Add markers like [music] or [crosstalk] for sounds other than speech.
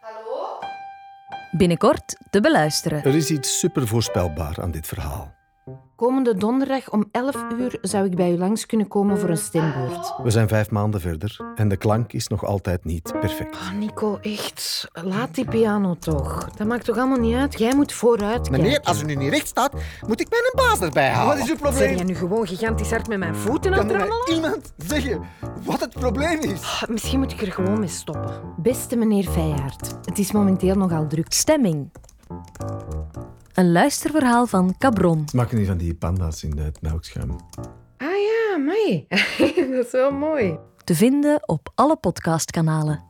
Hallo? Binnenkort te beluisteren. Er is iets super voorspelbaar aan dit verhaal. Komende donderdag om 11 uur zou ik bij u langs kunnen komen voor een stemboord. We zijn vijf maanden verder en de klank is nog altijd niet perfect. Oh, Nico, echt. Laat die piano toch. Dat maakt toch allemaal niet uit? Jij moet vooruit kijken. Meneer, als u nu niet recht staat, moet ik mijn baas erbij halen. Wat is uw Ben probleem? jij nu gewoon gigantisch hard met mijn voeten aan Kan het er mij rammelen? iemand zeggen wat het probleem is? Ah, Misschien moet ik er gewoon mee stoppen. Beste meneer Feijaard, het is momenteel nogal druk. Stemming. Een luisterverhaal van Cabron. Het maken niet van die panda's in het melkschuim. Ah ja, mij. [laughs] Dat is wel mooi. Te vinden op alle podcastkanalen.